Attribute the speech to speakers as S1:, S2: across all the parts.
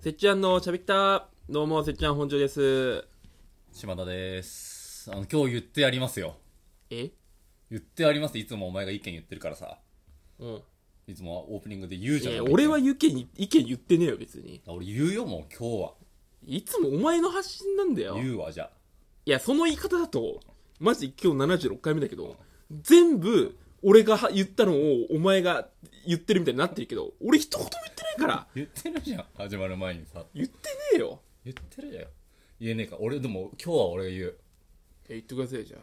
S1: せっちゃんのしゃべきたどうもせっちゃん本庄です
S2: 島田です。あの、今日言ってやりますよ。
S1: え
S2: 言ってやります。いつもお前が意見言ってるからさ。
S1: うん
S2: いつもオープニングで言う
S1: い
S2: じゃん。
S1: や俺は意見意見言ってねえよ別に
S2: 俺言うよ、もう今
S1: いつもお前の発信なんだ
S2: 日は。
S1: よ
S2: 言うわ、じゃ
S1: いやその言い方だとマジ今日76回目だけど全部俺が言ったのをお前が言ってるみたいになってるけど俺一言も言ってないから
S2: あ。言ってるじゃん。始まる前にさ。
S1: 言ってねえよ
S2: 言ってるじゃん。言えねえか。俺、でも今日は俺が言う。
S1: え言ってくださいじゃあ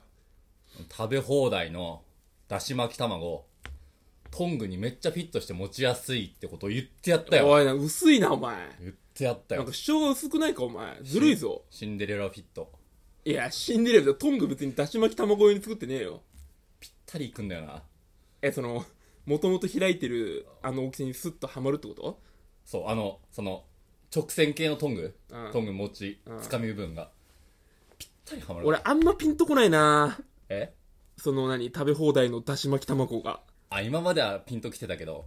S2: 食べ放題のだし巻き卵、トングにめっちゃフィットして持ちやすいってことを言ってやったよ。
S1: おいな薄いなお前
S2: 言ってやった
S1: なん
S2: よ
S1: か。主張が薄くないかお前ずるいぞ
S2: シンデレラフィット。
S1: いやシンデレラだトング別にだし巻き卵用に作ってねえよ
S2: ぴったりいくんだよな。
S1: えそのもともと開いてるあの大きさにスッとはまるってこと
S2: そう、あの、その、直線系のトング、
S1: うん
S2: トング持ち
S1: うん、
S2: つかみ部分が、ぴったりはまる。
S1: 俺、あんまピンとこないな
S2: え
S1: その何食べ放題のだし巻き卵が
S2: あ、今まではピンときてたけど、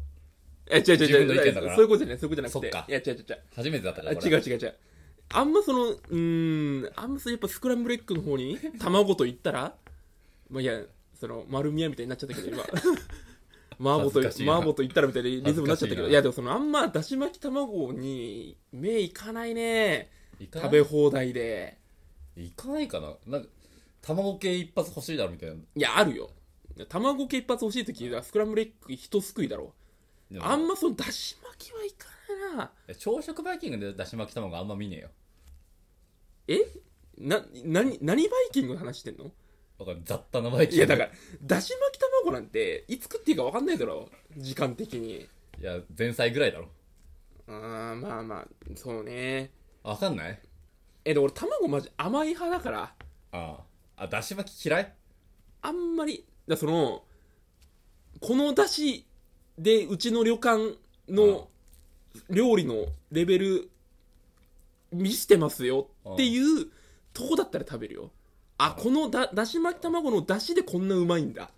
S1: え違う違う
S2: 自分の
S1: 違う
S2: 意
S1: 違
S2: 見
S1: う
S2: だから
S1: そういうことじゃないそういうことじゃなくて
S2: そっか
S1: いや違う違う違う
S2: 初めてだった
S1: あ
S2: から。
S1: 違う違う違うあんまそのうーんあんまそうやっぱスクランブルエッグの方 に卵と言ったらまあいやその丸宮みたいになっちゃったけど 今麻婆と
S2: 恥ずかしいな
S1: 麻婆と言ったらみたいなリズムになっちゃったけど
S2: 恥ずかしいない
S1: やでもそのあんまだし巻き卵に目いかないね
S2: 行か
S1: 食
S2: な
S1: べ
S2: い
S1: 放題で
S2: 行かないかななんか、卵系一発欲しいだろみたいな。
S1: いやあるよ卵系一発欲しい時はスクランブルエッグ一すくいだろ
S2: でも
S1: あんまそのだし巻きはいかないな
S2: 朝食バイキングでだし巻き卵あんま見ねえよ。
S1: えな何何バイキングの話してんの
S2: だから雑多なバイキン
S1: い
S2: グ。
S1: やだからだし巻き卵なんていつ食っていいか分かんないだろ時間的に
S2: ら。いや、前菜ぐらいだろ。
S1: あーまあまあそうね
S2: あわかんない
S1: えでも俺卵マジ甘い派だから
S2: ああ。あ、だし巻き嫌い
S1: あんまりだからそのこのだしでうちの旅館の料理のレベル見せてますよっていうとこだったら食べるよあこのだだし巻き卵のだしでこんなうまいんだ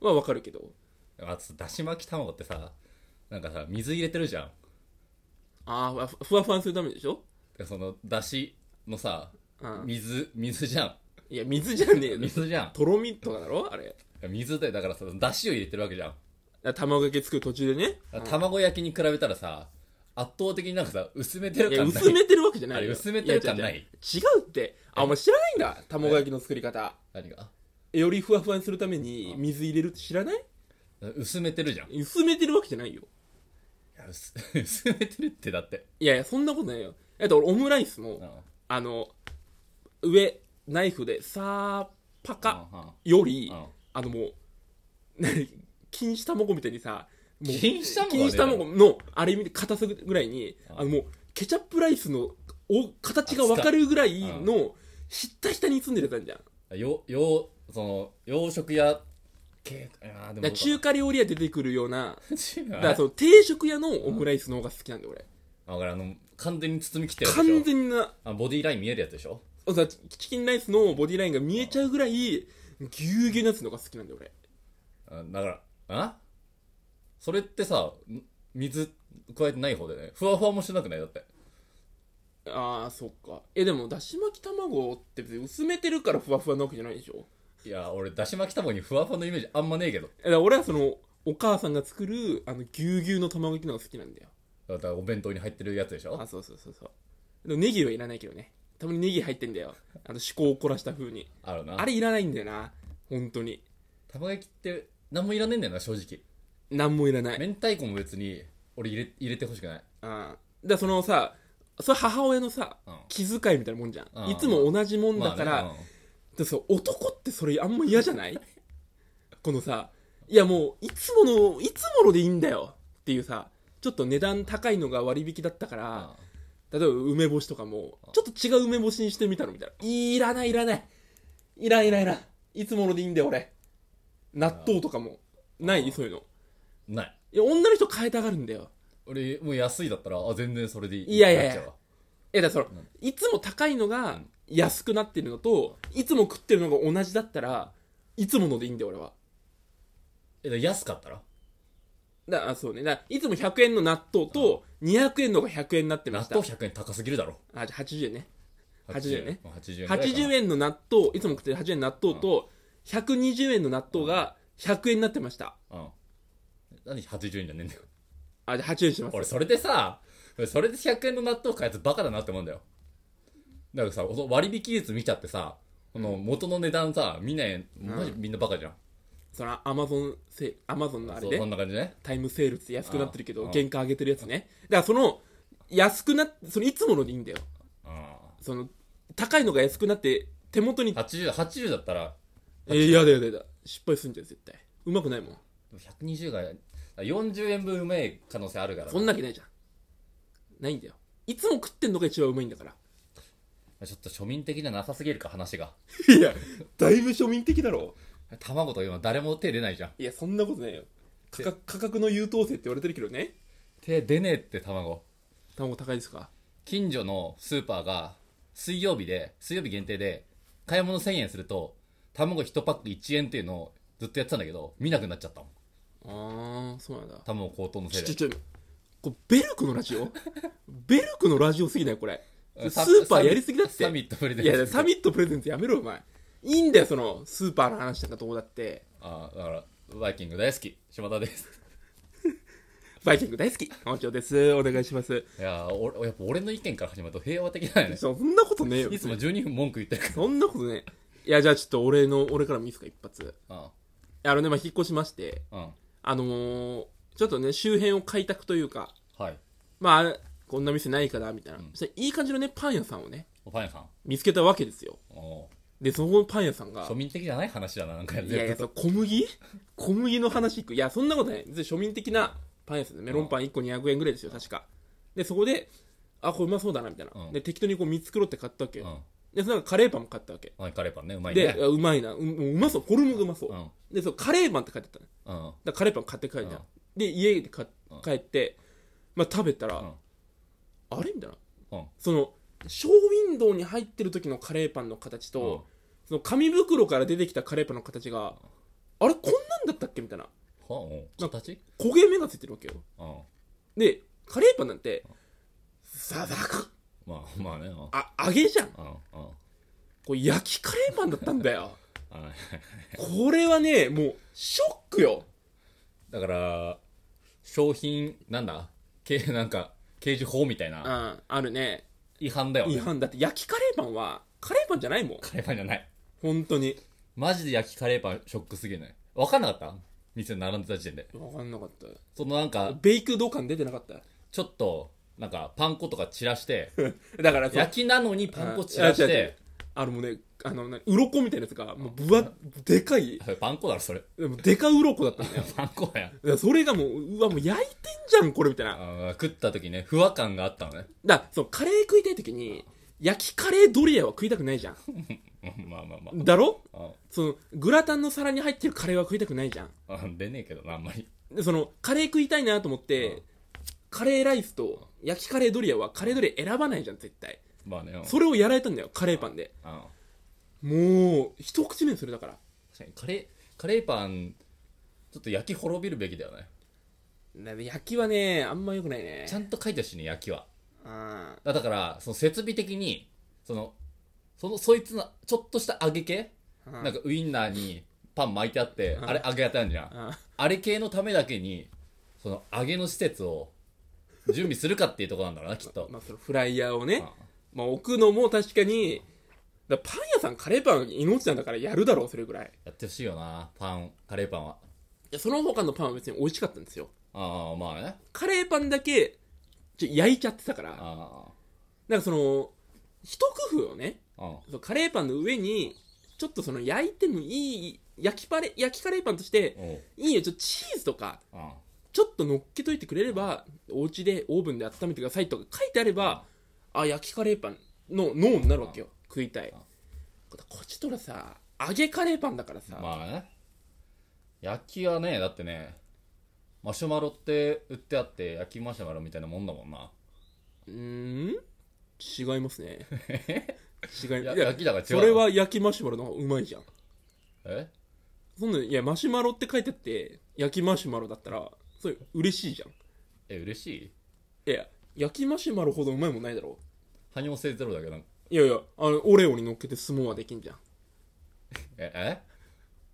S1: はわかるけど
S2: あとさだし巻き卵ってさ、なんかさ、水入れてるじゃん。
S1: あーふふわふわにするためでしょ
S2: でその、だしのさ、
S1: うん
S2: 水、水じゃん。
S1: いや水じゃねえよ
S2: 水じゃん。
S1: とろみとかだろあれ
S2: 水で、だからさ、だしを入れてるわけじゃん。
S1: 卵かけ作る途中でね
S2: 卵焼きに比べたらさ、圧倒的になんかさ、薄めてる
S1: いや
S2: 感ない。
S1: 薄めてるわけじゃないよ
S2: あれ薄めてる感ない
S1: や違う違う違うってあお前知らないんだ卵焼きの作り方
S2: 何が
S1: よりふわふわにするために水入れるって知らない
S2: 薄めてるじゃん。い
S1: 薄めてるわけじゃないよ
S2: や薄 薄めてるってだって。
S1: いやいやそんなことないよだって俺オムライスも、
S2: うん。うん
S1: あの上ナイフでさーパカ
S2: う
S1: より、
S2: ん。
S1: あのもう 何錦糸卵みたいにさもう
S2: 錦糸卵はね
S1: 錦糸卵のあれ見て硬さぐらいに
S2: うん
S1: あのもうケチャップライスのお形が分かるぐらいのひったひたに包んでる感じじゃん
S2: うんよ、よう、その、洋食屋系、あーで
S1: だから
S2: も。
S1: 中華料理屋出てくるような
S2: 中華
S1: だ
S2: だ
S1: からその定食屋のオムライスの方が好きなんだよ俺
S2: あ、だからあの、完全に包み切ってるやつでしょ。
S1: 完全な
S2: あボディライン見えるやつでしょ
S1: そうだチチキンライスのボディラインが見えちゃうぐらいぎゅうぎゅうのやつのが好きなんだよ俺
S2: あだから、あそれってさ、ん水加えてない方でね。ふわふわもしてなくないだって。
S1: ああそっかえでもだし巻き卵って別に薄めてるからふわふわなわけじゃないでしょ
S2: いや、俺、だし巻き卵にふわふわのイメージあんまねえけど。
S1: えだから俺はそのお母さんが作るあのぎゅうぎゅうの卵焼きのが好きなんだよ
S2: だからお弁当に入ってるやつでしょ
S1: あそうそうそうそうでもネギはいらないけどねたまにネギ入ってんだよあの趣向を凝らした風に
S2: あるな。
S1: あれいらないんだよな本当に
S2: 卵焼きって何もいらねえんだよな、正直。
S1: 何もいらない
S2: 明太子も別に、俺入れ入れてほしくない。
S1: あーだからそのさそれ母親のさ、
S2: うん
S1: 気遣いみたいなもんじゃん、
S2: うん
S1: いつも同じもんだから、
S2: まあね
S1: でそう男ってそれあんま嫌じゃないこのさいやもういつものいつものでいいんだよっていうさちょっと値段高いのが割引だったから、
S2: うんうん
S1: 例えば梅干しとかもちょっと違う梅干しにしてみたのみたいないらないいらないいらんいらんいらんいつものでいいんだよ俺納豆とかもないそういうの
S2: ない。
S1: いや女の人変えたがるんだよ
S2: 俺、もう安いだったら、あ、全然それでいい。
S1: いやいやいや
S2: なっちゃうわ
S1: えだからそのいつも高いのが安くなってるのといつも食ってるのが同じだったらいつものでいいんだよ俺は
S2: え、だから安かったら
S1: だあそうねだいつも100円の納豆と200円のが100円になってま
S2: 納
S1: した
S2: 豆100円高すぎるだろ
S1: あじゃあ80円ね80円ね
S2: うん80円ぐらいかな
S1: 80円の納豆いつも食ってる80円の納豆と120円の納豆が100円になってました
S2: うん何80円じゃねえんだよ
S1: あじゃあ80円します
S2: 俺それでさそれで100円の納豆買うやつバカだなって思うんだよだからさその割引率見ちゃってさこの元の値段さみんなマジみんなバカじゃん、
S1: そらアマゾンセアマゾンのあれ
S2: そうそ
S1: で
S2: んな感じね
S1: タイムセールって安くなってるけど
S2: ああ
S1: 原価上げてるやつねだからその安くなそのいつものでいいんだよ
S2: あ
S1: その高いのが安くなって手元に
S2: あ80 80だったら
S1: えー、やだやだやだ失敗するんじゃん絶対うまくないもん
S2: 120が40円分うめえ可能性あるから
S1: そんなわけないじゃんないんだよいつも食ってんのが一番うまいんだから
S2: ちょっと庶民的じゃなさすぎるか話が
S1: いやだいぶ庶民的だろ
S2: 卵とか今誰も手出ないじゃん
S1: いやそんなことないよ価格価格の優等生って言われてるけどね
S2: 手出ねえって卵
S1: 卵高いですか
S2: 近所のスーパーが水曜日で水曜日限定で買い物1000円すると卵1パック1円っていうのをずっとやってたんだけど見なくなっちゃったもん
S1: ああそうなんだ
S2: 卵高騰の
S1: ち
S2: せい
S1: ょ
S2: で
S1: ちょちょこれベルクのラジ オベルクのラジオすぎないこれス
S2: サ
S1: ーパーやりすぎだって
S2: サミットプレゼン
S1: い
S2: ト
S1: やサミットプレゼントやめろお前いいんだよそのスーパーの話なんかどうだって
S2: あだからバイキング大好き島田です
S1: バイキング大好き本庁ですお願いします
S2: いやー俺やっぱ俺の意見から始まると平和的だよね
S1: そんなことねえよ
S2: いつも12分文句言ってるか
S1: そんなことねえいやじゃあちょっと俺の俺からもいいですか一発
S2: ら
S1: あのねまあ引っ越しまして
S2: うんうん
S1: あのー、ちょっとね周辺を開拓というか
S2: はい
S1: まあこんな店ないからみたいな、そしたらいい感じのねパン屋さんをね
S2: おパン屋さん
S1: 見つけたわけですよ
S2: お
S1: でそこのパン屋さんが
S2: 庶民的じゃない話だななんかやっ
S1: いやい
S2: て
S1: や、
S2: る
S1: そう小麦 小麦の話いく。いや、そんなことない。別に庶民的なパン屋さんで、メロンパン1個200円ぐらいですよ、確か。で、そこで、あ、これうまそうだな、みたいな。
S2: うん
S1: で、適当にこう見繕って買ったわけ
S2: う
S1: よ。
S2: ん
S1: で、そのカレーパンも買ったわけ。
S2: はいカレーパンねうまい
S1: で、
S2: ね
S1: あうまいな。ううまそう。フォルムがうまそうう。
S2: ん
S1: で、そう、カレーパンって書いてあったの。だか
S2: うん
S1: らカレーパン買って帰るじゃ
S2: うん
S1: ん。で、家でか帰って、まあ食べたら、
S2: ん
S1: あれみたいな。
S2: うん
S1: その、ショーウィンドウに入ってる時のカレーパンの形と、
S2: うん
S1: その紙袋から出てきたカレーパンの形が、あれこんなんだったっけみたいな。
S2: はうん形
S1: 焦げ目がついてるわけよ
S2: うん
S1: でカレーパンなんてさざく
S2: まあ まあねうん
S1: あ揚げじゃん
S2: うんうん
S1: これ焼きカレーパンだったんだよ
S2: はい
S1: これはねもうショックよ
S2: だから商品なんだけ なんか刑事法みたいうなん
S1: あるね
S2: 違反だよね
S1: 違反だって焼きカレーパンはカレーパンじゃないもん
S2: カレーパンじゃない
S1: 本当に
S2: マジで焼きカレーパンショックすぎない分かんなかった店に並んでた時点で
S1: 分かんなかった
S2: そのなんか
S1: ベイクド感出てなかった
S2: ちょっとなんかパン粉とか散らして
S1: だからそう
S2: 焼きなのにパン粉散らし
S1: あ違う違
S2: て
S1: うあのもうねあのね鱗みたいなやつがもうぶわでかい
S2: あそれパン粉だろそれ
S1: でもでか鱗だったんだよ
S2: パン粉だよ
S1: だからそれがもううわもう焼いてんじゃんこれみたいな
S2: あー食った時ね不和感があったのね
S1: だからそうカレー食いたい時に焼きカレードリアは食いたくないじゃん
S2: まあまあま
S1: だろ
S2: ああ
S1: そのグラタンの皿に入ってるカレーは食いたくないじゃん
S2: あ出ねえけどなあんまり
S1: でそのカレー食いたいなと思っ
S2: うん
S1: てカレーライスと焼きカレードリアはカレードリア選ばないじゃん絶対
S2: まあねうん
S1: それをやられたんだよカレーパンで
S2: うん
S1: もう一口目にそれだから
S2: 確かにカレーカレーパンちょっと焼き滅びるべきだよね
S1: だから焼きはねあんま良くないね
S2: ちゃんと書いてほしいね焼きは
S1: あ
S2: だだからその設備的にそのそのそいつのちょっとした揚げ系
S1: うん
S2: なんかウインナーにパン巻いてあってあれ揚げやったんじゃ
S1: ー
S2: ん
S1: あ
S2: あれ系のためだけにその揚げの施設を準備するかっていうところなんだろうなきっ
S1: ー
S2: と
S1: まあそのフライヤーをね
S2: あ
S1: まあ置くのも確かにだからパン屋さんカレーパン命なんだからやるだろうそれぐらい
S2: やってほしいよなパンカレーパンはい
S1: やその他のパンは別に美味しかったんですよ
S2: ああまあね
S1: カレーパンだけちょ焼いちゃってたから
S2: あ
S1: なんかその一工夫をね
S2: あうん
S1: そうカレーパンの上にちょっとその焼いてもいい焼きパレ焼きカレーパンとして
S2: おう
S1: いいよちょっとチーズとか
S2: うん
S1: ちょっと乗っけといてくれればお家でオーブンで温めてくださいとか書いてあればあ焼きカレーパンの脳になるわけよ食いたい
S2: あ
S1: こっちとらさ揚げカレーパンだからさ、
S2: まあね焼きはねだってねマシュマロって売ってあって焼きマシュマロみたいなもんだもんな
S1: うーん違います ね違い
S2: い
S1: ま
S2: や
S1: すいや
S2: 焼きだから違う
S1: それは焼きマシュマロの方がうまいじゃん
S2: え
S1: そんなんいやマシュマロって書いてあって焼きマシュマロだったらそれ嬉しいじゃん
S2: え、嬉しい
S1: いや焼きマシュマロほどうまいもんないだろ
S2: 汎用性ゼロだけど、
S1: いやいやあのオレオに乗っけて相撲はできんじゃん
S2: え、え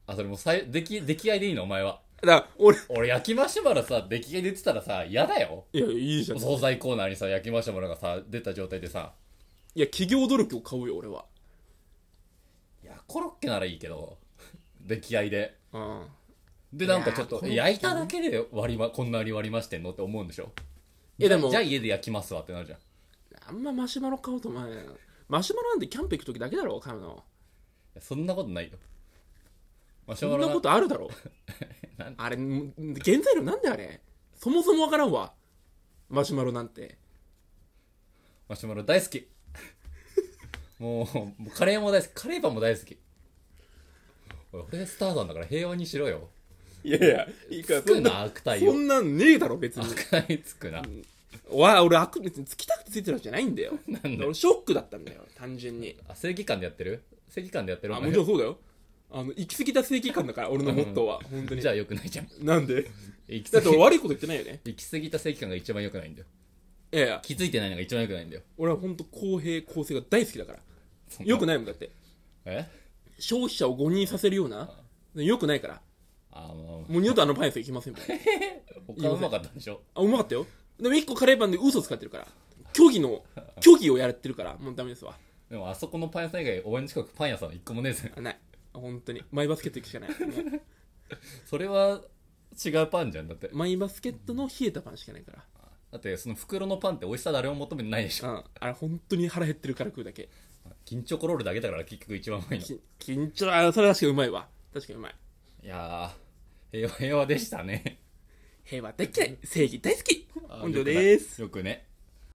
S2: あ、それもうさい、出来、出来合いでいいのお前は。
S1: だから俺
S2: 俺、焼きマシュマロさ、出来合いで言ってたらさ、嫌だよ。
S1: いやいやいいじゃんい
S2: 惣菜コーナーにさ、焼きマシュマロがさ、出た状態でさ、
S1: や企業努力を買うよ俺はい
S2: や、コロッケならいいけど、出来合いで。
S1: うん
S2: で、なんかちょっ
S1: いやーコ
S2: と、
S1: ロッケね
S2: 焼いただけで割りま、こんなに割りましてんのって思うんでしょ
S1: いやでも
S2: じゃあ家で焼きますわってなるじゃん。
S1: あんまマシュマロ買おうと思わないなマシュマロなんてキャンプ行く時だけだろ買うの
S2: そんなことないよ。マシュ
S1: そ
S2: マ
S1: ん
S2: ロ
S1: なことあるだろ
S2: なん
S1: あれん原材料なんであれそもそもわからんわマシュマロなんて
S2: マシュマロ大好き。もう、もうカレーも大好き。カレーパンも大好き。おい俺がスターなんだから平和にしろよ。
S1: いやいやいい
S2: つくな、悪態
S1: そ
S2: を。
S1: んなんねえだろ別に
S2: 悪態つくな。
S1: わ俺悪別につきたくてついてるわけじゃないんだよ
S2: なんで
S1: 俺ショックだったんだよ単純に
S2: あ正義感でやってる正義感でやってる
S1: あ
S2: お前
S1: もちろんそうだよあの行き過ぎた正義感だから俺のモットーは本当に
S2: じゃあ良くないじゃん。
S1: なんで
S2: 行き
S1: だ
S2: 過
S1: って
S2: ぎ
S1: 俺悪いこと言ってないよね
S2: 行き過ぎた正義感が一番良くないんだよ。
S1: いやいや
S2: 気づいてないのが一番良くないんだよ。
S1: 俺は本当公平公正が大好きだからよく
S2: ない。
S1: ないもんだって
S2: え
S1: 消費者を誤認させるようなよくないから
S2: あ、もう、
S1: もう二度とあのパン屋さん行きませんもんあ
S2: 他うまかったんでしょ
S1: うまかったよでも一個カレーパンで嘘使ってるから虚偽の虚偽をやってるからもうダメですわ
S2: でもあそこのパン屋さん以外、お前の近くパン屋さん一個もねえぜ。
S1: あない本当にマイバスケット行くしかないもう
S2: それは違うパンじゃん。だって、
S1: マイバスケットの冷えたパンしかないから
S2: だってその袋のパンって美味しさ誰も求めてないでしょ。
S1: うん、あれ本当に腹減ってるから食うだけ
S2: 金チョコロールだけだから結局一番うまいの。い
S1: き緊張あそれは確かにうまいわ確かにうまい
S2: やー、平和平和でしたね。
S1: 平和大っ嫌い正義大好き
S2: あー
S1: 本庄です
S2: よくね。よくね